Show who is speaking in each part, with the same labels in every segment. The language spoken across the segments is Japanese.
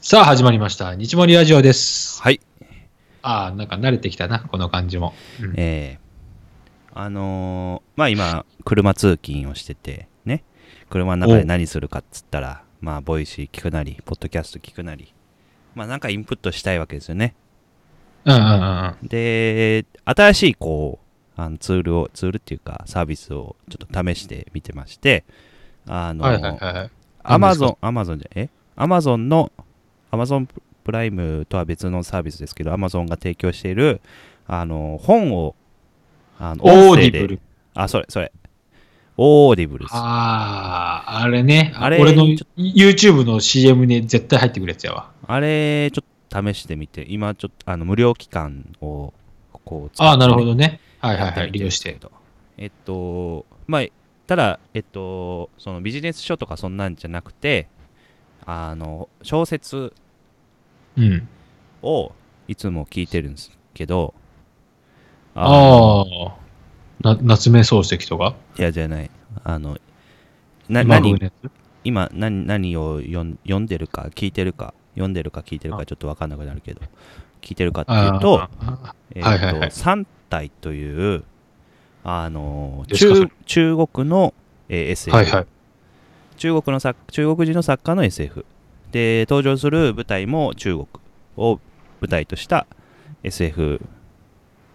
Speaker 1: さあ始まりました。日盛りラジオです。
Speaker 2: はい、
Speaker 1: ああ、なんか慣れてきたな、この感じも。うん
Speaker 2: えーあのーまあ今車通勤をしててね車の中で何するかっつったらまあボイシー聞くなりポッドキャスト聞くなりまあなんかインプットしたいわけですよね
Speaker 1: うんうんうんうん。
Speaker 2: で新しいこうあのツールをツールっていうかサービスをちょっと試してみてましてあの
Speaker 1: はいはいはいはい。
Speaker 2: ア
Speaker 1: 何
Speaker 2: マ
Speaker 1: です
Speaker 2: ゾ
Speaker 1: か
Speaker 2: ンアマゾンじゃえアマゾンのアマゾンプライムとは別のサービスですけどアマゾンが提供しているあの本をあの
Speaker 1: オー
Speaker 2: 音声
Speaker 1: デ
Speaker 2: で
Speaker 1: ィブル。
Speaker 2: あそれそれオーディブルです
Speaker 1: ああ、あれね。
Speaker 2: あれ
Speaker 1: 俺の
Speaker 2: ちょっ
Speaker 1: YouTube の CM に絶対入ってくるやつやわ。
Speaker 2: あれちょっと試してみて今ちょっとあの無料期間をこう使って
Speaker 1: ああ、なるほどね。はいはい
Speaker 2: やって
Speaker 1: は
Speaker 2: み
Speaker 1: い。
Speaker 2: て
Speaker 1: 利
Speaker 2: る
Speaker 1: 用
Speaker 2: んで
Speaker 1: し
Speaker 2: すけ
Speaker 1: て。
Speaker 2: どえっとまあただえっとそのビジネス書とかそんなんじゃなくてあの小説
Speaker 1: うん。
Speaker 2: をいつも聞いてるんですけど、
Speaker 1: あ
Speaker 2: の
Speaker 1: あ。な夏目漱石とか
Speaker 2: いやじゃない、あの、な
Speaker 1: 今風の
Speaker 2: 何
Speaker 1: やつ
Speaker 2: 今何何を読ん読んでるか聞いてるか、読んでるか聞いてるか
Speaker 1: あ
Speaker 2: ちょっと分かんなくなるけど、聞いてるかって
Speaker 1: あ
Speaker 2: いう
Speaker 1: あ
Speaker 2: と、
Speaker 1: あ
Speaker 2: えー
Speaker 1: はいはいはい
Speaker 2: と三体という、あの
Speaker 1: ですかそ
Speaker 2: 中
Speaker 1: れ
Speaker 2: 中国の、えー SF、
Speaker 1: はいはい。
Speaker 2: 中国の作中国人の作家の SF で登場する舞台も中国を舞台とした SF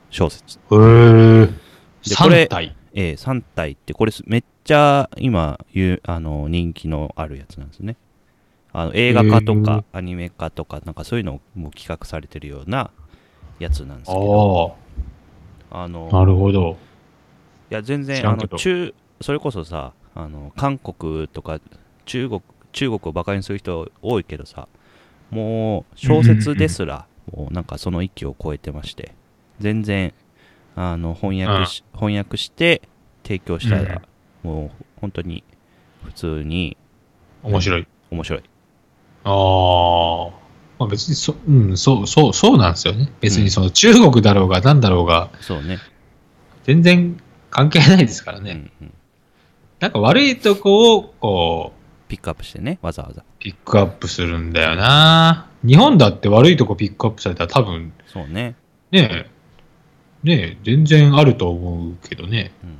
Speaker 2: 小
Speaker 1: へ
Speaker 2: 説
Speaker 1: ー
Speaker 2: でこれ
Speaker 1: 3体。
Speaker 2: えー、3体ってこれすめっちゃ今ゆあの人気のあるやつなんですねあの映画化とかアニメ化とかなんかそういうのをもう企画されてるようなやつなんです
Speaker 1: あ
Speaker 2: けど
Speaker 1: あ、
Speaker 2: あの
Speaker 1: なるほど。
Speaker 2: いや全
Speaker 1: 知
Speaker 2: 然
Speaker 1: ら
Speaker 2: あ
Speaker 1: んけ
Speaker 2: の
Speaker 1: ど
Speaker 2: 中それこそさあの韓国とか中国中国をバカにする人多いけどさもう小説ですらもうなんかその域を超えてまして全然あの翻訳し翻訳して提供したら、もう本当に普通に
Speaker 1: 面白い。
Speaker 2: 面白い
Speaker 1: ああ、まあ、別にそ、うん、そう、そう、そうなんですよね。別にその中国だろうが何だろうが、
Speaker 2: そうね
Speaker 1: 全然関係ないですからね。
Speaker 2: うんうん、
Speaker 1: なんか悪いとこを、こう、
Speaker 2: ピックアップしてねわざわざ
Speaker 1: ピックアップするんだよな。日本だって悪いとこピックアップされたら多分、
Speaker 2: そうね、
Speaker 1: ねえ、ねえ、全然あると思うけどね。
Speaker 2: うん、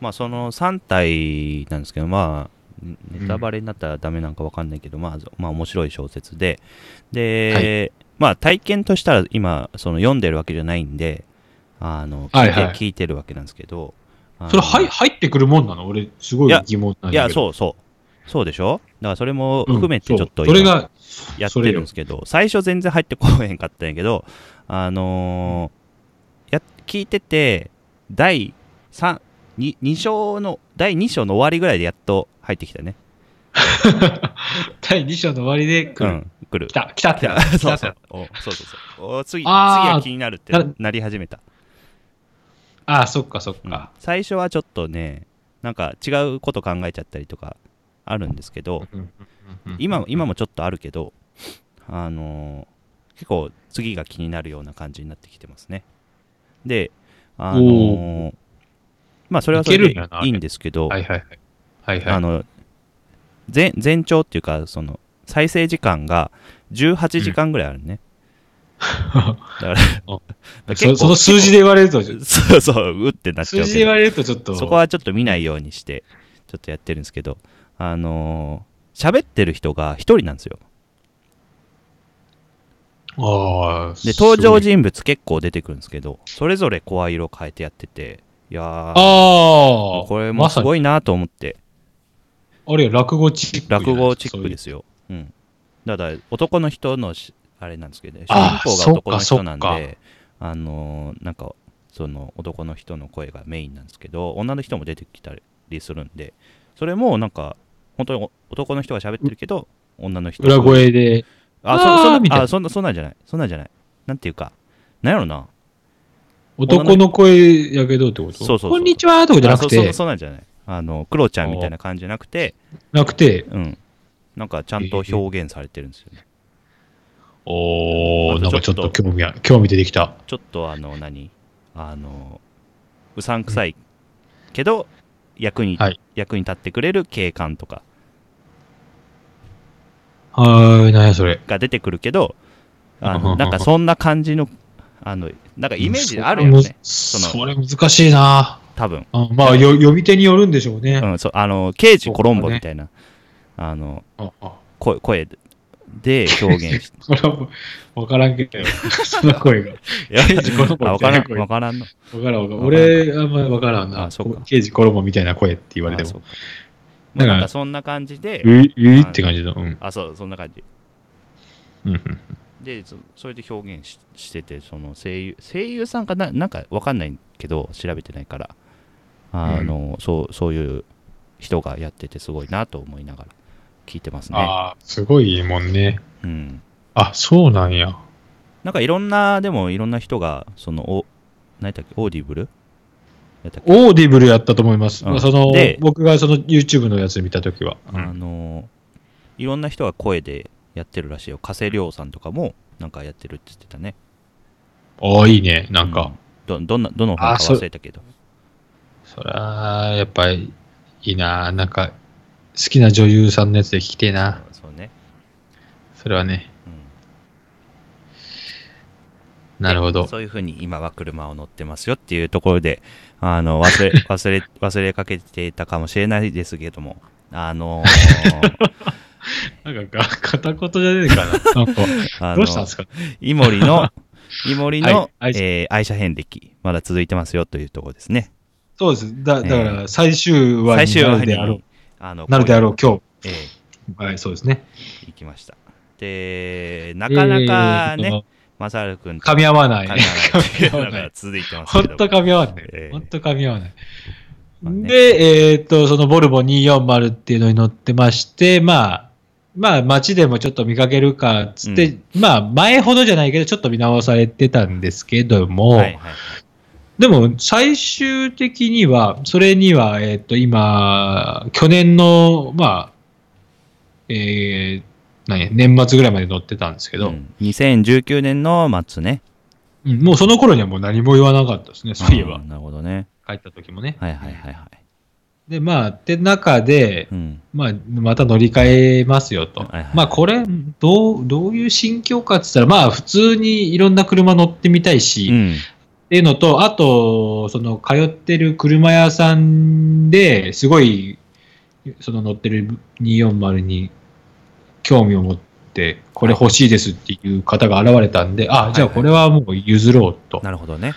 Speaker 2: まあその3体なんですけどまあねネタバレになったらダメなんかわかんないけど、まあ、まあ面白い小説でで、まあ体験としたら今その読んでるわけじゃないんであの聞いて,、
Speaker 1: はいはい
Speaker 2: 聞いてるわけなんですけどあの
Speaker 1: それ、はい、入ってくるもんなの俺、すごい
Speaker 2: いや
Speaker 1: 疑問なんだけど。
Speaker 2: いやそうそうそうでしょだからそれも
Speaker 1: うん
Speaker 2: 含めてちょっ
Speaker 1: そ
Speaker 2: と
Speaker 1: うそれ
Speaker 2: 今
Speaker 1: が、
Speaker 2: やって
Speaker 1: それ
Speaker 2: るん
Speaker 1: よ
Speaker 2: ですけど最初全然入ってこへんかったんやけどあのーや聞いてて第三に2章の第2章の終わりぐらいでやっと入ってきたね
Speaker 1: 第2章の終わりで来
Speaker 2: う
Speaker 1: る。
Speaker 2: ん、来る
Speaker 1: 来た、来たっ
Speaker 2: い
Speaker 1: て
Speaker 2: や
Speaker 1: な。
Speaker 2: そう
Speaker 1: 来た
Speaker 2: そ
Speaker 1: って
Speaker 2: うおそうそうそうお次次
Speaker 1: あー
Speaker 2: が気になるって
Speaker 1: な
Speaker 2: なり始めた、
Speaker 1: な。ああ、そっかそっ
Speaker 2: うん
Speaker 1: か。
Speaker 2: 最初はちょっとねなんか違うこと考えちゃったりとかあるんですけど今今もちょっとあるけどあのー結構次が気になるような感じになってきてますねであのーまあそれはそれ
Speaker 1: いけ
Speaker 2: で
Speaker 1: るんやない
Speaker 2: いんですけど
Speaker 1: はいはいはい。はいはい。
Speaker 2: あの全全長っていうかその再生時間が18時間ぐらいあるね、だ
Speaker 1: あ
Speaker 2: から
Speaker 1: そその数字で言われると、
Speaker 2: そうそう、うってなっち
Speaker 1: 数
Speaker 2: ゃう
Speaker 1: 字で
Speaker 2: け
Speaker 1: 言
Speaker 2: ど、
Speaker 1: われるとちょっと、
Speaker 2: そこはちょっと見ないようにして、ちょっとやってるんですけど、あのー喋ってる人が一人なんですよ。
Speaker 1: ああ、
Speaker 2: で、登場
Speaker 1: 時。
Speaker 2: 人物結構出てくるんですけど、それぞれ声色変えてやってて、いやー、
Speaker 1: ああ、
Speaker 2: これもす
Speaker 1: ま
Speaker 2: ごいなと思って、
Speaker 1: さにあれよ落語チック。。
Speaker 2: 落語チックですすよ。うん。ただ、男の人のし、あれなんですけど、ね、主人
Speaker 1: あー
Speaker 2: 公が男の人なん
Speaker 1: そっかそ
Speaker 2: で、あのーなんか、その男の人の声がメインなんですけど、女の人も出てきたりするんで、それもなんか、本当にお男の人が喋ってるけど、女の人
Speaker 1: 裏声で。
Speaker 2: あ、
Speaker 1: あー
Speaker 2: そそん
Speaker 1: みたい
Speaker 2: な
Speaker 1: な
Speaker 2: あそんな、そんなんじゃない。そんなんじゃない。なんていうか、なんやろな。
Speaker 1: 男の声やけどってこと
Speaker 2: そうそうそう
Speaker 1: こんにちはとかじゃなく
Speaker 2: あそそ
Speaker 1: て、
Speaker 2: そんなんじゃない。あの、クロちゃんみたいな感じじゃなくて、
Speaker 1: なくて、
Speaker 2: うん。なんか、ちゃんと表現されてるんですよね。
Speaker 1: おー、
Speaker 2: あと
Speaker 1: なんかちょっ
Speaker 2: ちょ
Speaker 1: と
Speaker 2: っと
Speaker 1: 興味が、興味出てきた。
Speaker 2: ちょっとあの何あのうさんくさいけど役に、
Speaker 1: はい
Speaker 2: 役に立ってくれる警官とか
Speaker 1: はーい、何やそれ。
Speaker 2: が出てくるけど、
Speaker 1: うん
Speaker 2: あ
Speaker 1: うんう
Speaker 2: の
Speaker 1: ん
Speaker 2: なんかそんな感じの、あの、なんかイメージあるよね、
Speaker 1: そ
Speaker 2: の
Speaker 1: れむそれ難しいな
Speaker 2: 多分。
Speaker 1: あまあよ、呼び手によるんでしょうね。
Speaker 2: うん、そう、あの、刑事コロンボみたいな、あの、
Speaker 1: ああ
Speaker 2: 声、声で表現し
Speaker 1: それはもう分からんけど、その声が。
Speaker 2: いや
Speaker 1: 刑事コロンボ
Speaker 2: あわ
Speaker 1: み
Speaker 2: か
Speaker 1: たいな
Speaker 2: ら、
Speaker 1: ん 声
Speaker 2: わからんの。
Speaker 1: 分からんわからん。
Speaker 2: わからん
Speaker 1: 俺、あんまり分からんな。
Speaker 2: あそうか
Speaker 1: 刑事コロボみたいな声って言われて
Speaker 2: あそ
Speaker 1: も。
Speaker 2: うかま
Speaker 1: だか
Speaker 2: あ
Speaker 1: ら
Speaker 2: なんかそんな感じで、
Speaker 1: うい、ういって感じの。うん。
Speaker 2: あ、そう、そんな感じ。
Speaker 1: うんうん
Speaker 2: で、そそれで表現ししてて、その声優、声優さんかな、なんかわかんないけど、調べてないから、あの、そう、そういう人がやってて、すごいなと思いながら聞いてますね。
Speaker 1: ああ、すごいもんね。
Speaker 2: うん。
Speaker 1: あ、そうなんや。
Speaker 2: なんかいろんな、でもいろんな人が、その、お、何やったっけ、オーディブルやったっけ
Speaker 1: オーディブルやったと思います。
Speaker 2: うん
Speaker 1: その
Speaker 2: で
Speaker 1: 僕がその YouTube のやつ見たときは。う
Speaker 2: あ
Speaker 1: ん
Speaker 2: のいろんな人が声でやってるらしいよ加瀬亮さんとかもなんかやってるって言ってたね
Speaker 1: ああ、いいね。なんか、
Speaker 2: うんどどんなどの本
Speaker 1: あ
Speaker 2: か
Speaker 1: そ
Speaker 2: 忘れたけど
Speaker 1: そりゃ、やっぱりいいな。なんか、好きな女優さんのやつで聞きてえな。
Speaker 2: そうそうね、
Speaker 1: それはね。
Speaker 2: うん
Speaker 1: なるほど。
Speaker 2: そういうふうに今は車を乗ってますよっていうところであ の忘れ忘れ忘れかけていたかもしれないですけどもあの
Speaker 1: なんか、が片言じゃねえか な。なんか、
Speaker 2: あ
Speaker 1: ど
Speaker 2: の
Speaker 1: うしたんですか
Speaker 2: イモリ のイモリの、
Speaker 1: はい愛車
Speaker 2: えー愛車遍歴まだ続いてますよというところですね
Speaker 1: そうです。だだか
Speaker 2: え
Speaker 1: ら、最終話
Speaker 2: 最
Speaker 1: に
Speaker 2: 終
Speaker 1: な
Speaker 2: 話
Speaker 1: る
Speaker 2: に
Speaker 1: であろう。
Speaker 2: あの
Speaker 1: なるであろう、今
Speaker 2: えー
Speaker 1: 日。はい、そうですね。
Speaker 2: 行きました。で、なかなか
Speaker 1: えー
Speaker 2: ね、。マサル君と
Speaker 1: 噛み合わない。
Speaker 2: 噛み合わないっていうの
Speaker 1: 噛み合わな
Speaker 2: が
Speaker 1: い
Speaker 2: 続いてます
Speaker 1: ほ
Speaker 2: け
Speaker 1: ん
Speaker 2: ど
Speaker 1: と噛み合わない
Speaker 2: え。え
Speaker 1: ほんと噛み合わない。
Speaker 2: まあね
Speaker 1: で、えーっと、そのボルボ240っていうのに乗ってまして、まあ、まあ、街でもちょっと見かけるかっつって、まあ、前ほどじゃないけど、ちょっと見直されてたんですけども、
Speaker 2: はいはい
Speaker 1: でも、最終的には、それには、えーっと、今、去年の、まあ、えー、何や年末ぐらいまで乗ってたんですけ
Speaker 2: う
Speaker 1: ど、
Speaker 2: ん2019年の末ね。
Speaker 1: うんもうその頃にはもう何も言わなかったですね、そういえ
Speaker 2: あ
Speaker 1: ば
Speaker 2: ー。なるほどね。
Speaker 1: 帰った時もね。
Speaker 2: はいはいはいはい。
Speaker 1: で、まあ、って中で、
Speaker 2: うん。
Speaker 1: まあ、また乗り換えますよと。
Speaker 2: はいはい
Speaker 1: まあ、これ、どう、どういう心境かって言ったら、まあ、普通にいろんな車乗ってみたいし、
Speaker 2: う
Speaker 1: っ
Speaker 2: ん。
Speaker 1: ていうのと、あと、その、通ってる車屋さんで、すごい、その乗ってる240に興味を持って、これ欲しいですっていう方が現れたんで、
Speaker 2: は
Speaker 1: あ、
Speaker 2: い
Speaker 1: じゃあこれはもう譲ろうと。
Speaker 2: なるほどね。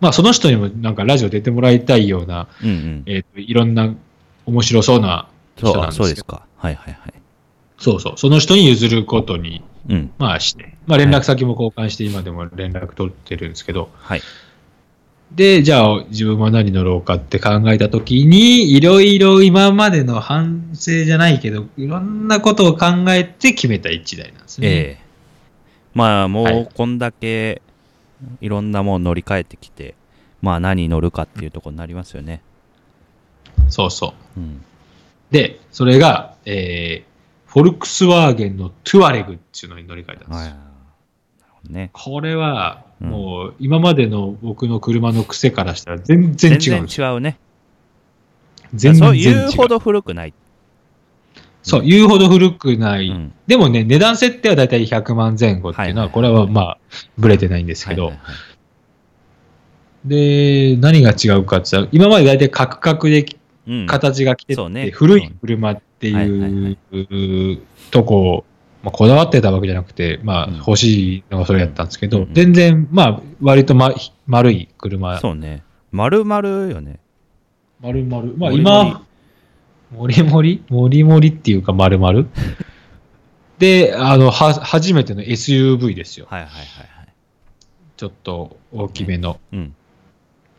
Speaker 1: まあ、その人にもなんかラジオ出てもらいたいような、
Speaker 2: うんうん。
Speaker 1: えっ、と、いろんな面白そうな
Speaker 2: そ
Speaker 1: そう
Speaker 2: う
Speaker 1: なん
Speaker 2: あ
Speaker 1: です
Speaker 2: そ
Speaker 1: よ
Speaker 2: うですか。はいはいはい。
Speaker 1: そうそう、その人に譲ることに、
Speaker 2: うん。
Speaker 1: まあして、まあ連絡先も交換して、今でも連絡取ってるんですけど、
Speaker 2: はい。
Speaker 1: で、じゃあ自分は何乗ろうかって考えたときに、いろいろ今までの反省じゃないけど、いろんなことを考えて決めた一台なんですね。
Speaker 2: ええ。まあ、も
Speaker 1: は
Speaker 2: う
Speaker 1: い
Speaker 2: こんだけいろんなもん乗り換えてきて、まあ何乗るかっていうところになりますよね。
Speaker 1: そうそう。
Speaker 2: うん。
Speaker 1: で、それが、えー、フォルクスワーゲンのトゥアレグっていうのに乗り換えたんですよ。
Speaker 2: はい。なるほどね。
Speaker 1: これは、
Speaker 2: うん
Speaker 1: もう、今までの僕の車の癖からしたら全然違
Speaker 2: 全
Speaker 1: うんです
Speaker 2: 然
Speaker 1: よ。
Speaker 2: 違うね。
Speaker 1: 全
Speaker 2: そ
Speaker 1: 然
Speaker 2: う
Speaker 1: 違う。
Speaker 2: 言うほど古くない。
Speaker 1: そう、言うほど古くない。
Speaker 2: うん
Speaker 1: でもね、値段設定はだいたい100万前後っていうの
Speaker 2: はいはいはい
Speaker 1: は、これはまあ、ブレてないんですけ
Speaker 2: は
Speaker 1: ど
Speaker 2: い、はいはい
Speaker 1: で、何が違うかって言ったら、今までだいたいカクカクで
Speaker 2: うん
Speaker 1: 形が来て
Speaker 2: そうね
Speaker 1: て、古い車っていうとこを、まあ、こだわってたわけじゃなくて、まあ
Speaker 2: うん、
Speaker 1: 欲しいのがそれやったんですけ
Speaker 2: うん
Speaker 1: ど
Speaker 2: う、ん
Speaker 1: 全然、まあ、割とま丸い車、
Speaker 2: そうね。丸々よね。
Speaker 1: 丸々、まあ
Speaker 2: 森
Speaker 1: 今、もりもりもりもりっていうか丸々 で、あの、は、初めての SUV ですよ。
Speaker 2: はいはいはいはい。
Speaker 1: ちょっと大きめの。
Speaker 2: うん。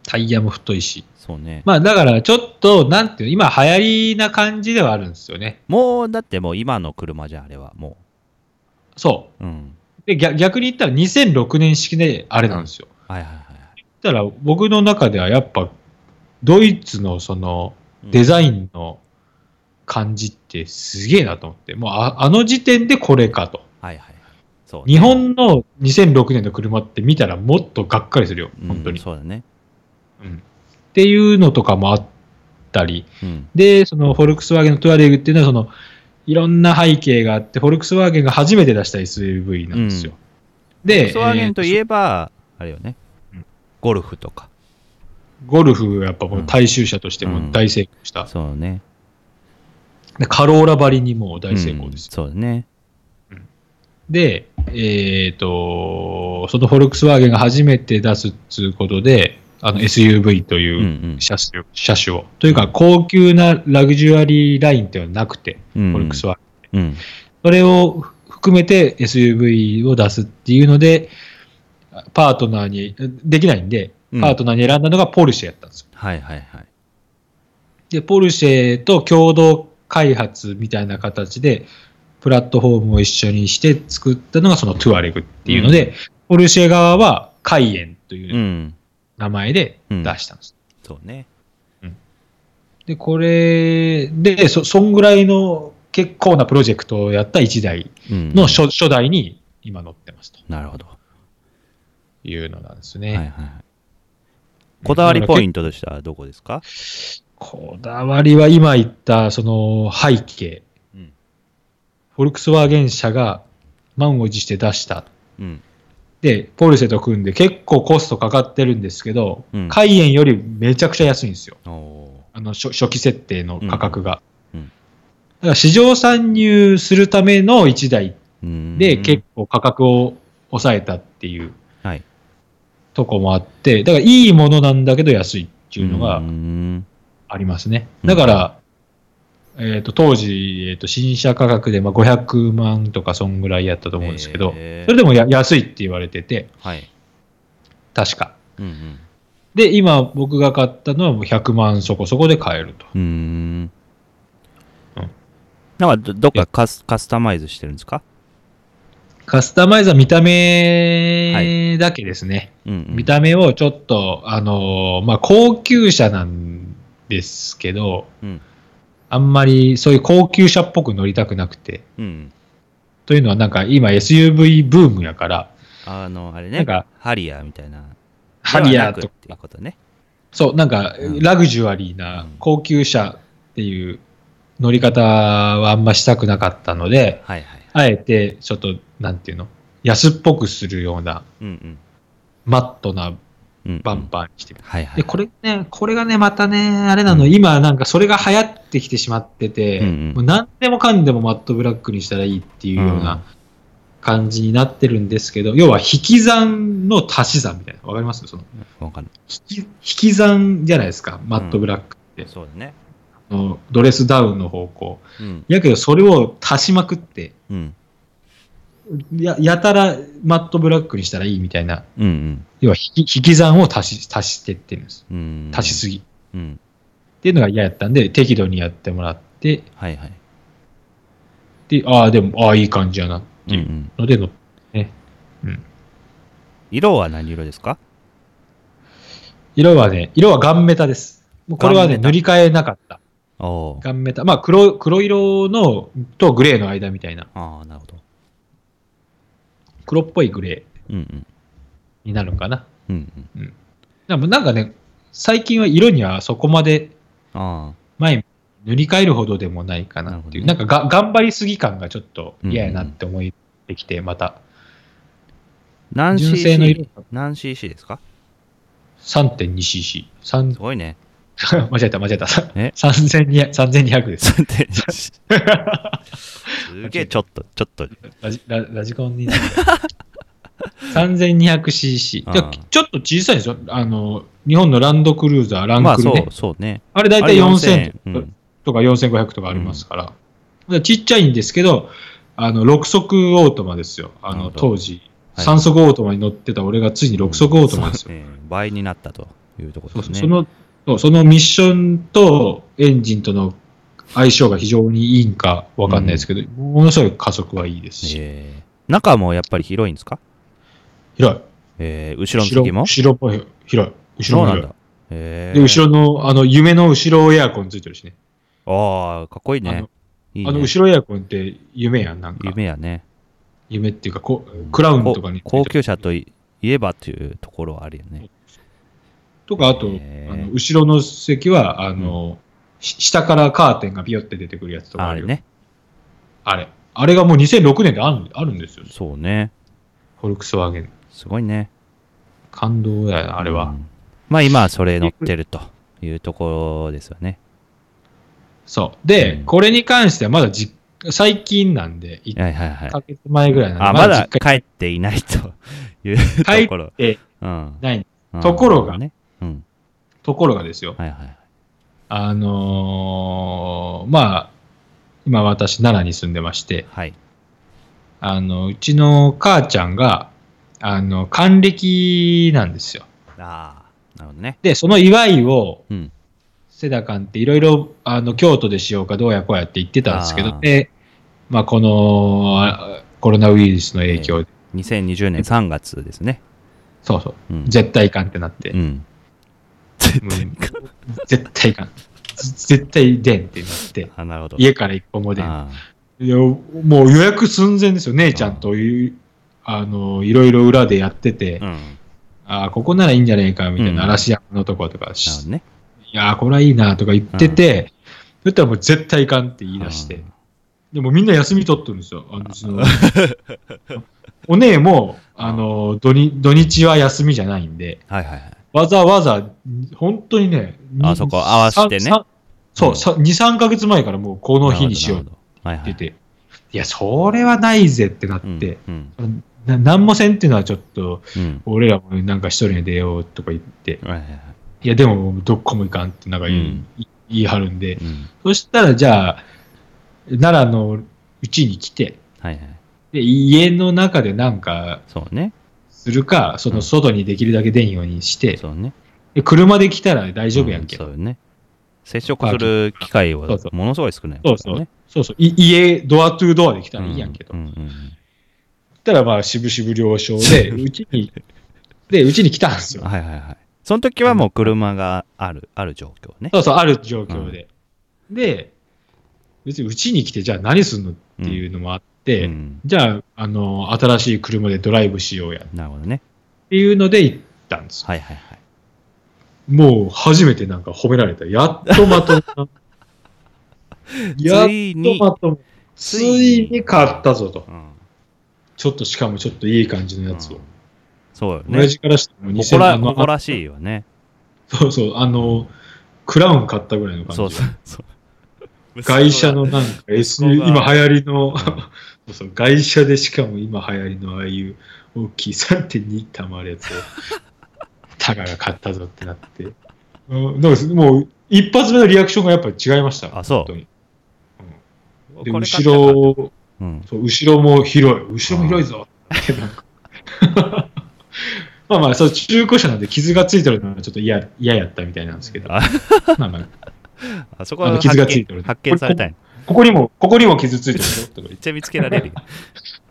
Speaker 1: タイヤも太いし。
Speaker 2: そうね。
Speaker 1: まあだからちょっと、なんていうの、今流行りな感じではあるんですよね。
Speaker 2: もう、だってもう今の車じゃんあれは。も。
Speaker 1: そう
Speaker 2: うん。
Speaker 1: う。で、逆逆に言ったら2006年式であれなんですよ。
Speaker 2: はいはいはい
Speaker 1: だから僕の中ではやっぱ、ドイツのその、
Speaker 2: はい。
Speaker 1: デ
Speaker 2: イ
Speaker 1: ザインの感じってすげえなと思って、もうああの時点でこれかと。
Speaker 2: ン。はいはいはい。そうね。
Speaker 1: 日本の2006年の車って見たらもっとがっかりするよ、本当
Speaker 2: うん
Speaker 1: に。
Speaker 2: そうだね。
Speaker 1: うんっていうのとかもあったり、
Speaker 2: うん。
Speaker 1: で、そのフォルクスワーゲンのトゥアレグっていうのは、その、いろんな背景があって、フォルクスワーゲンが初めて出した SUV なんですよ。
Speaker 2: フォ
Speaker 1: で、
Speaker 2: ルクスワーゲンとい
Speaker 1: え
Speaker 2: えば、あれよね
Speaker 1: うん、
Speaker 2: ゴルフとか。
Speaker 1: ーゴルフがやっぱこの大衆車として
Speaker 2: うん
Speaker 1: も大成功した。
Speaker 2: そうね。
Speaker 1: でカローラばりにもう大成功ですよ。
Speaker 2: うんそうね。
Speaker 1: で、えっ、と、そのフォルクスワーゲンが初めて出すっつうことで、あの SUV と
Speaker 2: う
Speaker 1: い
Speaker 2: んう。
Speaker 1: うん車種,、車種を。というか、高級なラグジュアリーラインっていうのはなくて、
Speaker 2: うん
Speaker 1: フォルクスワーゲン。
Speaker 2: うん。
Speaker 1: それを含めて SUV を出すっていうので、パートナーに、できないんで、
Speaker 2: うん
Speaker 1: パートナーに選んだのがポルシェやったんですよ。
Speaker 2: はいはいはい。
Speaker 1: で、ポルシェと共同開発みたいな形で、プラットフォームを一緒にして作ったのがそのトゥアレグっていうので、ポルシェ側はカイエンと
Speaker 2: う。
Speaker 1: いうん名前で
Speaker 2: うん
Speaker 1: 出したんです。
Speaker 2: そうね。
Speaker 1: で、これで、そ、そんぐらいの結構なプロジェクトをやった1台
Speaker 2: うん
Speaker 1: の初,、初代に今乗ってますと
Speaker 2: なるほど。は
Speaker 1: いうのなんです
Speaker 2: い
Speaker 1: ね。
Speaker 2: はいはい。こだわりポイントとしてはどこですか
Speaker 1: こだわりは今言ったその背景、
Speaker 2: うん
Speaker 1: フォルクスワーゲン社が満を持して出した。
Speaker 2: うん。
Speaker 1: で、ポルシェと組んで結構コストかかってるんですけど、
Speaker 2: うん
Speaker 1: カイエンよりめちゃくちゃ安いんですよ。
Speaker 2: おお
Speaker 1: あの初初期設定の価格が。
Speaker 2: うんうん
Speaker 1: だから市場参入するための1台
Speaker 2: ー。うん
Speaker 1: で結構価格を抑えたっていう
Speaker 2: はい。
Speaker 1: とこもあって、だからいいものなんだけど安いっていうのが
Speaker 2: うん
Speaker 1: ありますね。
Speaker 2: うん
Speaker 1: だから、えっ、と、当時、えっ、と、新車価格で、まあ、500万とか、そんぐらいやったと思うんですけど、
Speaker 2: へー
Speaker 1: それでもや安いって言われてて、
Speaker 2: はい。
Speaker 1: 確か。
Speaker 2: うん
Speaker 1: で、今、僕が買ったのはもう100万そこそこで買えると。
Speaker 2: うん。うん
Speaker 1: うん。
Speaker 2: なんかどどっかカスカスタマイズしてるんですか
Speaker 1: カスタマイズは見た目だけですね。
Speaker 2: うんうん
Speaker 1: 見た目をちょっと、あのーまあ、高級車なんですけど、
Speaker 2: うん
Speaker 1: あんまりそういう高級車っぽく乗りたくなくて。
Speaker 2: うん。
Speaker 1: というのは、なんか今 SUV ブームやから、
Speaker 2: あの、あれ
Speaker 1: な
Speaker 2: ね
Speaker 1: んか、
Speaker 2: ハリアーみたいな。
Speaker 1: ハリアー
Speaker 2: ではなく
Speaker 1: と
Speaker 2: っていうことね。
Speaker 1: そう、なんか、
Speaker 2: うん
Speaker 1: ラグジュアリーな高級車っていう乗り方はあんましたくなかったので、
Speaker 2: はいはい。
Speaker 1: あえて、ちょっと、なんていうの、安っぽくするような、
Speaker 2: うんうん
Speaker 1: マットな
Speaker 2: うんうん。
Speaker 1: バンパーにしてみた。
Speaker 2: はいはい。
Speaker 1: で、これね、これがね、またね、あれなの、
Speaker 2: うん
Speaker 1: 今、なんかそれが流行ってきてしまってて、
Speaker 2: うんうん
Speaker 1: もう何でもかんでもマットブラックにしたらいいっていうよう
Speaker 2: うん
Speaker 1: な感じになってるんですけど、要は引き算の足し算みたいな。わかりますその
Speaker 2: わかんな
Speaker 1: 引き引き算じゃないですか、マットブラックって。
Speaker 2: い。そうだね。
Speaker 1: あのドレスダウンの方向。
Speaker 2: うん。
Speaker 1: やけど、それを足しまくって、
Speaker 2: うん。
Speaker 1: ややたらマットブラックにしたらいいみたいな、
Speaker 2: うん
Speaker 1: 要は引き引き算を足し足してってるんです。
Speaker 2: うん。うん。
Speaker 1: 足しすぎ。っ
Speaker 2: うん。
Speaker 1: ていうのが嫌やったんで、適度にやってもらって、
Speaker 2: はいはい。
Speaker 1: で、ああ、でも、ああ、いい感じやなっていう
Speaker 2: うんうん
Speaker 1: のでの、ね
Speaker 2: 色は何色ですか
Speaker 1: 色はね、色はガンメタです。もうこれはね、
Speaker 2: ガンメタ
Speaker 1: 塗り替えなかった。
Speaker 2: おおー。
Speaker 1: ガンメタ。まあ、黒、黒色のとグレーの間みたいな、
Speaker 2: ああ、なるほど。
Speaker 1: 黒っぽいグレ
Speaker 2: うんうん。
Speaker 1: ーになるのかな。
Speaker 2: うんうん。
Speaker 1: でもなんかね、最近は色にはそこまで
Speaker 2: あ
Speaker 1: 前塗り替えるほどでもないかなっていう、
Speaker 2: な
Speaker 1: な
Speaker 2: る
Speaker 1: んかが頑張りすぎ感がちょっと嫌やなって思ってきて、また
Speaker 2: あ。何
Speaker 1: 純正の色
Speaker 2: cc? 何 cc ですか
Speaker 1: 3.2cc。
Speaker 2: す
Speaker 1: 三
Speaker 2: ごいね。
Speaker 1: 間違えた、間違えた。
Speaker 2: え
Speaker 1: 3200 3200です。
Speaker 2: すげえ、ちょっと、ちょっと。
Speaker 1: ラジララジコンにな る。3200cc。
Speaker 2: あー
Speaker 1: だからちょっと小さいんですよ。あの、日本のランドクルーザー、ラン
Speaker 2: まあ
Speaker 1: クル
Speaker 2: そ
Speaker 1: ね。
Speaker 2: う、そうね。
Speaker 1: あれ大体4000
Speaker 2: あれ4000うん
Speaker 1: とか4500とかありますから。だからちっちゃいんですけど、あの、6速オートマですよ。あ
Speaker 2: なる
Speaker 1: の、
Speaker 2: ほど
Speaker 1: 当時、
Speaker 2: はい
Speaker 1: 3速オートマに乗ってた俺がついに6速オートマですよ。
Speaker 2: そうね倍になったというとこ
Speaker 1: そ
Speaker 2: ろ
Speaker 1: う
Speaker 2: で
Speaker 1: そ
Speaker 2: す
Speaker 1: う
Speaker 2: ね。
Speaker 1: その、そうそのミッションとエンジンとの相性が非常にいいんかわかんないですけど、ものすごい加速はいいですし、
Speaker 2: ええ中もやっぱり広いんですか
Speaker 1: 広い。
Speaker 2: ええ後ろの席も
Speaker 1: 後ろ後ろも広い。後
Speaker 2: そ
Speaker 1: ろ
Speaker 2: う
Speaker 1: も
Speaker 2: なん
Speaker 1: 広
Speaker 2: だ。え
Speaker 1: い。で、
Speaker 2: え
Speaker 1: 後ろの、あの、夢の後ろエアコンついてるしね。
Speaker 2: ああ、かっこいい
Speaker 1: あ
Speaker 2: ね
Speaker 1: の。
Speaker 2: いいね
Speaker 1: あの、後ろエアコンって夢やん、なんか。
Speaker 2: 夢やね。
Speaker 1: 夢っていうか、こクラウンとかに。
Speaker 2: こ高級車とい言えばっていうところはあるよね。
Speaker 1: とか、あと、
Speaker 2: へー
Speaker 1: あの後ろの席は、あの、し下からカーテンがビヨって出てくるやつとか
Speaker 2: あ
Speaker 1: ある
Speaker 2: れ
Speaker 1: よ。
Speaker 2: ね。
Speaker 1: あれ。あれがもう2006年であるあるんですよ。
Speaker 2: そうね。
Speaker 1: フォルクスワーゲン。
Speaker 2: すごいね。
Speaker 1: 感動やな、あれは。
Speaker 2: うんまあ今はそれ乗ってるというところですよね。
Speaker 1: そう。で、
Speaker 2: うん
Speaker 1: これに関してはまだ実最近なんで、1
Speaker 2: はいはいはい。
Speaker 1: ヶ月前ぐらいなんで、
Speaker 2: あ、まだ
Speaker 1: 実
Speaker 2: 帰っていないという
Speaker 1: 家
Speaker 2: とこ
Speaker 1: 帰
Speaker 2: ろ
Speaker 1: っ。て
Speaker 2: うん
Speaker 1: ない。
Speaker 2: う ん
Speaker 1: ところが
Speaker 2: ね。うん。
Speaker 1: ところがですよ。
Speaker 2: はいはい。
Speaker 1: あのーまあ、今私、奈良に住んでまして、
Speaker 2: はい。
Speaker 1: あの、うちの母ちゃんが、あの、還暦なんですよ。
Speaker 2: ああ、なるほどね。
Speaker 1: で、その祝いを、
Speaker 2: うん。
Speaker 1: セダカンっていろいろ、あの、京都でしようかどうやこうやって言ってたんですけ
Speaker 2: あ
Speaker 1: ど、
Speaker 2: ー
Speaker 1: で、まあ、この、あコロナウイルスの影響で、
Speaker 2: 2020年3月ですね。
Speaker 1: そうそう、
Speaker 2: うん。
Speaker 1: 絶対いかんってなって、
Speaker 2: うん。
Speaker 1: うん絶対いかん。ず絶対でんってなって、
Speaker 2: あ、なるほど。
Speaker 1: 家から一歩も出ん。
Speaker 2: あ
Speaker 1: いやもう予約寸前ですよ、姉ちゃんという、あのいろいろ裏でやってて、
Speaker 2: ーうん。なる
Speaker 1: ああ、ここならいいんじゃねえかみたいな、
Speaker 2: うん
Speaker 1: 嵐山のとことか、
Speaker 2: ほど
Speaker 1: い
Speaker 2: ね。
Speaker 1: やー、これはいいなとか言ってて、そしたらもう絶対いかんって言い出して、
Speaker 2: うん
Speaker 1: でもみんな休み取ってるんですよ、あのうちの お姉もあの土日土日は休みじゃないんで、
Speaker 2: はいはいはい。
Speaker 1: わざわざ、本当にね、
Speaker 2: あ
Speaker 1: に
Speaker 2: そこ合わせてね
Speaker 1: さん
Speaker 2: う
Speaker 1: そ
Speaker 2: ん
Speaker 1: う、さ2、3ヶ月前からもうこの日にしよう
Speaker 2: なるほど。はいは
Speaker 1: って
Speaker 2: い。
Speaker 1: て、いや、それはないぜってなっ
Speaker 2: うん
Speaker 1: て、
Speaker 2: うん。
Speaker 1: ななんもせんっていうのはちょっと、
Speaker 2: うん。
Speaker 1: 俺らもなんか一人で出ようとか言って、
Speaker 2: はいはいはい。
Speaker 1: いや、でもどこも行かんってなんか言い,、
Speaker 2: うん
Speaker 1: 言い張るんで、
Speaker 2: うん。
Speaker 1: そしたらじゃあ、奈良のうちに来て、
Speaker 2: はいはい。
Speaker 1: で家の中でなんか
Speaker 2: そうね。
Speaker 1: するか、その外にできるだけ出んようにして、
Speaker 2: そうね。
Speaker 1: で車で来たら大丈夫やんけ。
Speaker 2: うそうよね。接触する機会は
Speaker 1: そうそう
Speaker 2: ものすごい少ない、ね。
Speaker 1: そうそう。そうそうい家、ドアトゥドアで来た
Speaker 2: う
Speaker 1: ら
Speaker 2: ん。
Speaker 1: いいやんけど。
Speaker 2: うんうん
Speaker 1: ったら、まあ、しぶしぶ了承で、うちに、で、うちに来たんです
Speaker 2: うん。
Speaker 1: よ。
Speaker 2: はいはいはい。その時はもう車がある、ある状況ね。
Speaker 1: そうそう、ある状況で。で、別にうちに来て、じゃあ何すんのっていうのもあって、
Speaker 2: うん。
Speaker 1: じゃあ、あの、新しい車でドライブしようやっ
Speaker 2: なるほどね。
Speaker 1: ていうので行ったんですよ。
Speaker 2: はいはいはい。
Speaker 1: もう、初めてなんか褒められた。やっとまともな。やっ
Speaker 2: つい
Speaker 1: と
Speaker 2: に、
Speaker 1: まとも。
Speaker 2: つ
Speaker 1: つ
Speaker 2: いに
Speaker 1: いに買ったぞと。
Speaker 2: うん
Speaker 1: ちょっと、しかもちょっといい感じのやつ
Speaker 2: う
Speaker 1: を
Speaker 2: ん。そうよね。
Speaker 1: 親父からしても
Speaker 2: 誇ら
Speaker 1: あの
Speaker 2: 誇らしいよね。
Speaker 1: そうそう、あの、クラウン買ったぐらいの感じ。
Speaker 2: そうそうそう。
Speaker 1: 外車のなんか S、
Speaker 2: 息子が
Speaker 1: 今流行りの、
Speaker 2: ん
Speaker 1: そうそう外車でしかも今流行りのああいう大きい3.2溜まるや つを、タガが買ったぞってなって。うん、だからもう一発目のリアクションがやっぱり違いました。
Speaker 2: あそう
Speaker 1: 本当にうんで
Speaker 2: これ買
Speaker 1: 後
Speaker 2: っちゃった
Speaker 1: ろを
Speaker 2: うん。
Speaker 1: そう、後ろも広い。後ろも広いぞ。ってなんか まあまあ、そう、中古車なんで傷がついてるのはちょっと嫌、嫌やったみたいなんです けど。
Speaker 2: あ
Speaker 1: まあまあ、
Speaker 2: あそこは
Speaker 1: あの
Speaker 2: 発
Speaker 1: 傷がついて
Speaker 2: 見
Speaker 1: る
Speaker 2: 発見されたい。
Speaker 1: ここにも、ここにも傷ついてるよとか言
Speaker 2: め
Speaker 1: っ
Speaker 2: っちゃ見つけられるよ。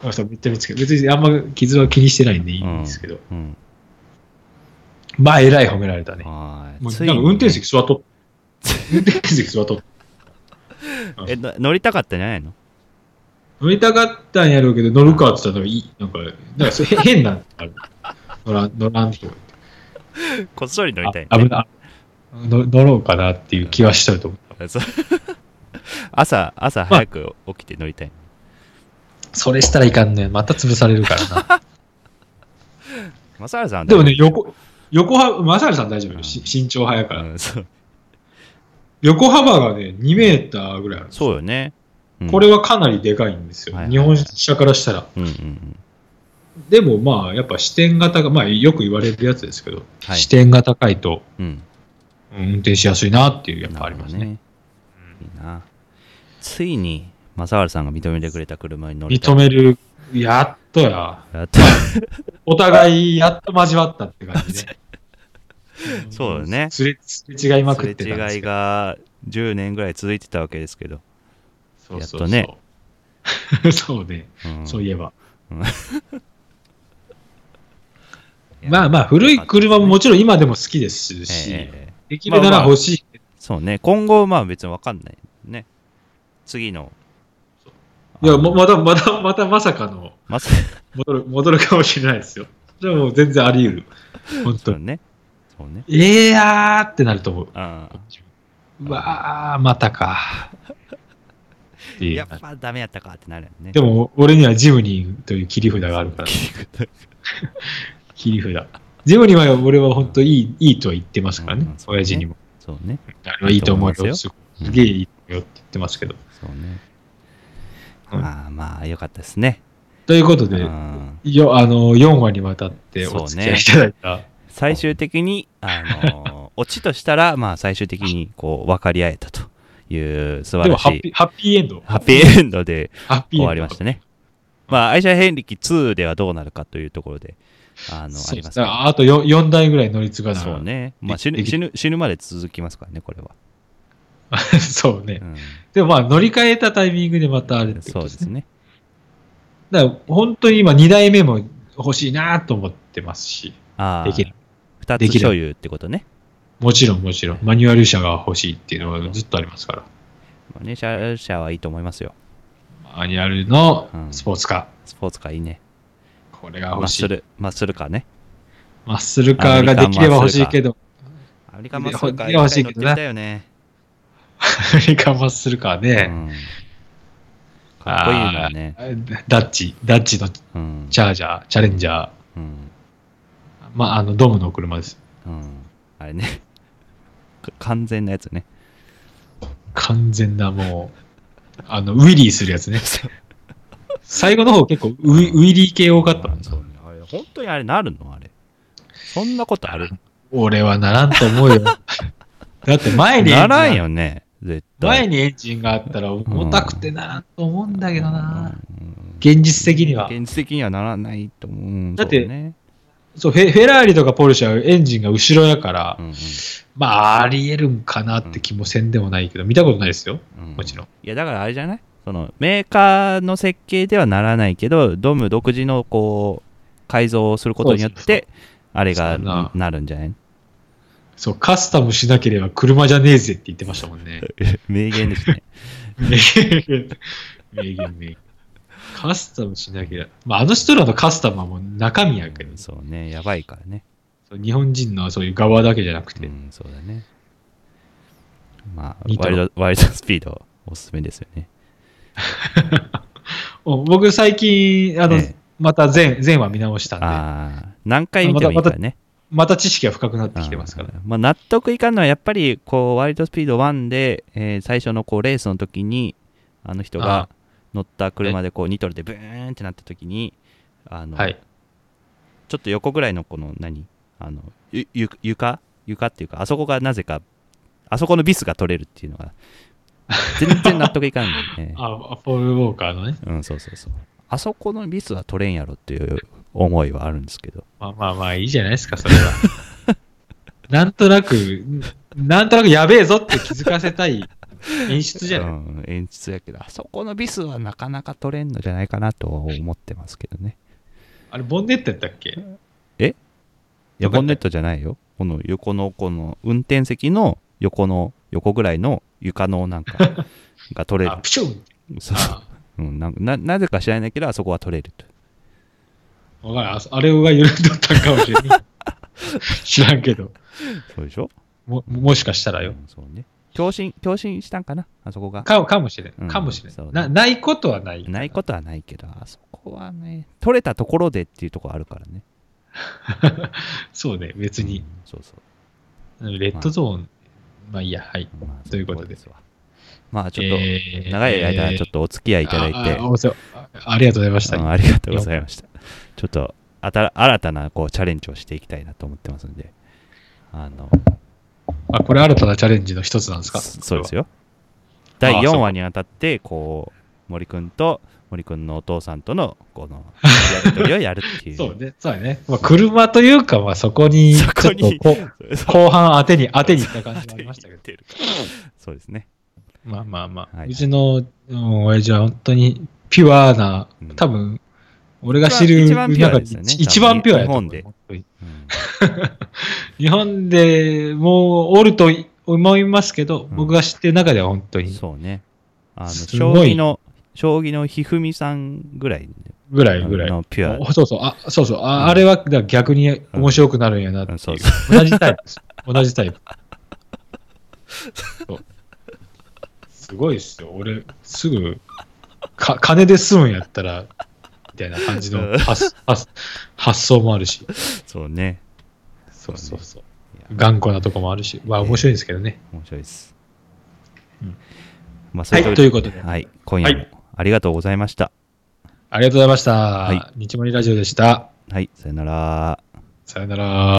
Speaker 1: て。あそうめっちゃ見つけ別にあんま傷は気にしてないんでいいんですけど。
Speaker 2: うん。
Speaker 1: まあ、えらい褒められたね。
Speaker 2: は
Speaker 1: もう
Speaker 2: い。つ
Speaker 1: ないんか
Speaker 2: に
Speaker 1: 運転席座っとっ運転席座っとっ
Speaker 2: え、の乗りたかったんじゃないの
Speaker 1: 乗りたかったんやろうけど、乗るかって言ったら、いい、なんか、なんかそれへ変なんある。乗らん、乗らんとか
Speaker 2: こっそり乗
Speaker 1: 言
Speaker 2: り
Speaker 1: った
Speaker 2: い
Speaker 1: て。
Speaker 2: ん
Speaker 1: あ
Speaker 2: だ
Speaker 1: 危
Speaker 2: ね。
Speaker 1: ない。の乗ろうかなっていう気はしちゃうと思う。
Speaker 2: そう 朝、朝早く起きて乗りたい。
Speaker 1: それしたらいかんねまた潰されるからな。
Speaker 2: マサラさんは
Speaker 1: でもね、横、横幅、マサルさん大丈夫よ。し身長早いから。
Speaker 2: うんそう
Speaker 1: 横幅がね、2メーターぐらいあるんですよ
Speaker 2: そうよね。うん
Speaker 1: これはかなりでかいんですよ、
Speaker 2: はいはい
Speaker 1: 日本車からしたら。
Speaker 2: うんうんうん。
Speaker 1: でもまあ、やっぱ視点が高い、まあ、よく言われるやつですけど、
Speaker 2: はい
Speaker 1: 視点が高いと、
Speaker 2: うん。
Speaker 1: うん運転しやすいなっていう、やっぱありますね。
Speaker 2: なるほどね。いいな。ついに、マサラさんが認めてくれた車に乗りたい。
Speaker 1: 認める、やっとや。
Speaker 2: やった
Speaker 1: お互い、やっと交わったって感じで。
Speaker 2: そうだね
Speaker 1: すれすれ違いまくってたんです
Speaker 2: れ違
Speaker 1: け
Speaker 2: い
Speaker 1: ど。
Speaker 2: が10年ぐらい続いてたわけですけど、
Speaker 1: そうそう
Speaker 2: やっと
Speaker 1: そう。 そうね、
Speaker 2: うん
Speaker 1: そういえば。
Speaker 2: いや
Speaker 1: まあまあ、古い車ももちろん今でも好きですし、
Speaker 2: ええ
Speaker 1: できるなら欲しいけど
Speaker 2: そうね今後まあ別に分かんないね次の
Speaker 1: いや、
Speaker 2: あ
Speaker 1: ま
Speaker 2: の
Speaker 1: まだまだ、またまさかの
Speaker 2: まさ
Speaker 1: 戻る、戻るかもしれないですよ。じゃあもう全然あり得る。本
Speaker 2: そ
Speaker 1: 当
Speaker 2: う
Speaker 1: に。
Speaker 2: ねそうね
Speaker 1: ええやーってなると思う。
Speaker 2: ああ
Speaker 1: うわー、またか。ていう
Speaker 2: やっぱダメやったかってなるよね。
Speaker 1: でも、俺にはジムニーという切り札があるから、切り札。ジムニーは俺は本当いい、いいとは言ってますからね、
Speaker 2: うんうんそうね
Speaker 1: 親父にも。
Speaker 2: そうね。
Speaker 1: あのいいと思う
Speaker 2: いいと思いま
Speaker 1: よ。
Speaker 2: す
Speaker 1: す
Speaker 2: よ
Speaker 1: すげえいいよって言ってますけど。
Speaker 2: そうね。
Speaker 1: うん
Speaker 2: まあまあ、よかったですね。
Speaker 1: ということ
Speaker 2: う
Speaker 1: で、
Speaker 2: ん、
Speaker 1: よあの4話にわたってお付き合いいただいた、
Speaker 2: 最終的に、あのーオチとしたら、 まあ最終的にこう分かり合えたという素
Speaker 1: で
Speaker 2: 晴
Speaker 1: も
Speaker 2: らし
Speaker 1: ハッピ
Speaker 2: い
Speaker 1: ーハッピーエンド。
Speaker 2: ハッピーエンドで
Speaker 1: ハッピーエンド
Speaker 2: 終わりましたね。まあ、アイシャー・ヘンリキ2ではどうなるかというところで、あの、
Speaker 1: そ
Speaker 2: あ
Speaker 1: う
Speaker 2: り
Speaker 1: で
Speaker 2: ますす
Speaker 1: ね
Speaker 2: ね。
Speaker 1: あと 4, 4台ぐらい乗り継がな
Speaker 2: そうね。まあ
Speaker 1: で
Speaker 2: 死ぬ
Speaker 1: でき
Speaker 2: 死ぬ死ぬまで続きますからね、これは。
Speaker 1: そうね
Speaker 2: う。ん
Speaker 1: でもまあ乗り換えたタイミングでまたあれってこ
Speaker 2: そう
Speaker 1: と
Speaker 2: で
Speaker 1: です
Speaker 2: す
Speaker 1: ね。
Speaker 2: ね。
Speaker 1: だから本当に今2台目も欲しいなと思ってますし、
Speaker 2: ああ
Speaker 1: できる、
Speaker 2: 二
Speaker 1: で
Speaker 2: つ
Speaker 1: きる
Speaker 2: 所有ってことね。
Speaker 1: もちろんもちろんマニュアル車が欲しいっていうのはずっとありますから。
Speaker 2: マネージャー車はいいと思いますよ。
Speaker 1: マニュアルのスポーツカ
Speaker 2: スポーツカーいいね。
Speaker 1: ー、これが
Speaker 2: マッ
Speaker 1: 欲し
Speaker 2: ス
Speaker 1: い。
Speaker 2: ル、マッスルカーね。
Speaker 1: マッスルカーができれば欲しいけど、
Speaker 2: アメリカンマッスルカー
Speaker 1: いや欲しい
Speaker 2: 一回
Speaker 1: け
Speaker 2: 乗
Speaker 1: ど
Speaker 2: ってみ
Speaker 1: な
Speaker 2: たいよね。
Speaker 1: アメリカンマッスルカー
Speaker 2: う
Speaker 1: ね。
Speaker 2: んかっこいいもんね。
Speaker 1: あーダッチ、ダッチの
Speaker 2: うん。
Speaker 1: チャージャー、チャレンジャー、
Speaker 2: うん。
Speaker 1: まあ、あのドムの車です。
Speaker 2: うん。あれね。 か完全なやつね。
Speaker 1: 完全なもう、あの、ウィリーするやつね。最後の方結構ウィ,、
Speaker 2: うん
Speaker 1: ウィリー系多かったもんな
Speaker 2: そうねあれ本当にあれなるのあれ。そんなことある
Speaker 1: 俺はならんと思 うよ。だって前にエンジ
Speaker 2: な
Speaker 1: ンが
Speaker 2: らんよね。絶対。
Speaker 1: 前にエンジンがあったら重たくてならんと思うんだけどな。
Speaker 2: うん
Speaker 1: 現実的には。
Speaker 2: 現実的にはならないと思うん
Speaker 1: だって
Speaker 2: そうね
Speaker 1: そうフェ、フェラーリとかポルシェはエンジンが後ろやから、
Speaker 2: うんうん
Speaker 1: まあ、ありえるんかなって気もせんでもないけど、見たことないですよ。
Speaker 2: うん
Speaker 1: もちろん。
Speaker 2: いやだからあれじゃないそのメーカーの設計ではならないけどドム独自のこう改造をすることによっ
Speaker 1: そうそう
Speaker 2: てあれが
Speaker 1: そうやな
Speaker 2: なるんじ ゃない
Speaker 1: そう、カスタムしなければ車じゃねえぜって言ってましたもんね。
Speaker 2: 名言ですね
Speaker 1: 名言、名言、名言。カスタムしなきゃ。まあ、あの人らのカスタムはもう中身やけど、
Speaker 2: そうねやばいからね
Speaker 1: そう日本人のそういう側だけじゃなく
Speaker 2: う
Speaker 1: て、
Speaker 2: んそうだねまあ
Speaker 1: ニト
Speaker 2: ワイ
Speaker 1: ロ
Speaker 2: ルドワイルドスピードおすすめですよね
Speaker 1: お僕最近、あの、
Speaker 2: ええ
Speaker 1: また前、前話見直したんで、
Speaker 2: ああ何回見てもいいからね
Speaker 1: また知識が深くなってきてますから。
Speaker 2: あーまあ、納得いかんのはやっぱりこうワイルドスピード1で、えー最初のこうレースの時にあの人
Speaker 1: あ
Speaker 2: が
Speaker 1: ー
Speaker 2: 乗った車でこうニトロでブーンってなった時にあの、
Speaker 1: はい。、
Speaker 2: ちょっと横ぐらいのこの何あのゆゆ床床っていうかあそこがなぜかあそこのビスが取れるっていうのが全然納得いかんのよね
Speaker 1: あ、あポール・ウォーカーのね。
Speaker 2: うん、そうそうそうあそこのビスは取れんやろっていう思いはあるんですけど
Speaker 1: まあまあまあ、いいじゃないですか、それは。 なんとなく、なんとなくやべえぞって気づかせたい演出じゃない。
Speaker 2: うん、演出やけどあそこのビスはなかなか取れんのじゃないかなと思ってますけどね
Speaker 1: あれ、ボンネットやったっけ
Speaker 2: いや
Speaker 1: よかった
Speaker 2: ボンネットじゃないよこの横のこの運転席の横の横ぐらいの床のなんか が取れ
Speaker 1: あ、プシュン
Speaker 2: るそうそ
Speaker 1: あ
Speaker 2: う、うん、なんかななぜか知らないけどあそこは取れると
Speaker 1: わからんあそ。あれが緩んどったんか もしれない。知らんけど。
Speaker 2: そうでしょ
Speaker 1: も、もしかしたら
Speaker 2: う
Speaker 1: よ。
Speaker 2: んそうね共振共振したんかなあそこが
Speaker 1: かかもしれ。
Speaker 2: うんん
Speaker 1: かもしれん。
Speaker 2: そうね
Speaker 1: なないことはない。
Speaker 2: ないことはないけどあそこはね取れたところでっていうところあるからね
Speaker 1: そうね。別に
Speaker 2: うん。そうそう
Speaker 1: レッドゾーン。まあいいや、はい。
Speaker 2: まあ
Speaker 1: ということで
Speaker 2: そこすわまあちょっと、
Speaker 1: えー
Speaker 2: 長い間ちょっとお付き合いいただいて、
Speaker 1: ああお世話あありがとうございまし
Speaker 2: う
Speaker 1: た。
Speaker 2: んありがとうございました。ちょっとあた新たなこうチャレンジをしていきたいなと思ってますんで、あの
Speaker 1: あ、これ新たなチャレンジの一つなんですか
Speaker 2: そそうです
Speaker 1: よ。
Speaker 2: よ。第
Speaker 1: あ
Speaker 2: 4
Speaker 1: そう
Speaker 2: 話にあたって、こう、森くんと森くんのお父さんとのこのやり取りをやるっていう。
Speaker 1: そうね。そうだね。まあ、車というか、まあそこに、
Speaker 2: そこに
Speaker 1: ちょっとこ
Speaker 2: そう
Speaker 1: 後半当てに当てに行った感じがありま したけど。
Speaker 2: そうですね。
Speaker 1: まあまあまあ、
Speaker 2: はいう
Speaker 1: ちの、うん、親父は本当にピュアな
Speaker 2: うん、
Speaker 1: 多分、俺が知る
Speaker 2: 一番ピュア
Speaker 1: 中
Speaker 2: ですよね
Speaker 1: 一一番ピュアやと思う
Speaker 2: 日本で
Speaker 1: 本当に
Speaker 2: うん
Speaker 1: 日本でもうおると思いますけど、
Speaker 2: ん
Speaker 1: 僕が知ってる中では本当に
Speaker 2: そうね。あの
Speaker 1: す
Speaker 2: 将
Speaker 1: ごい
Speaker 2: 棋の、将棋のひふみさんぐらい
Speaker 1: ぐらいぐらい。
Speaker 2: のピュア。
Speaker 1: おそうそう、あそうそう、あ,、
Speaker 2: うん
Speaker 1: あれはだから逆に面白くなるんやなっていう。
Speaker 2: そうそ
Speaker 1: 同じタイプです。同じタイプ。そうすごいっすよ。俺、すぐ、か、金で済むんやったら、みたいな感じの発発発想もあるし。
Speaker 2: そうね。
Speaker 1: そうそうそう。
Speaker 2: いや
Speaker 1: 頑固なとこもあるし。まあ、面白いんですけどね。
Speaker 2: 面白いです。
Speaker 1: うん
Speaker 2: まあ、そ
Speaker 1: は
Speaker 2: う
Speaker 1: い、
Speaker 2: いう
Speaker 1: という
Speaker 2: こ
Speaker 1: ことで
Speaker 2: と。で、はい、今夜
Speaker 1: は
Speaker 2: もありがとうございました。
Speaker 1: ありがとうございました。
Speaker 2: い
Speaker 1: 日森ラジオでした。
Speaker 2: はい、さよなら。
Speaker 1: さよなら。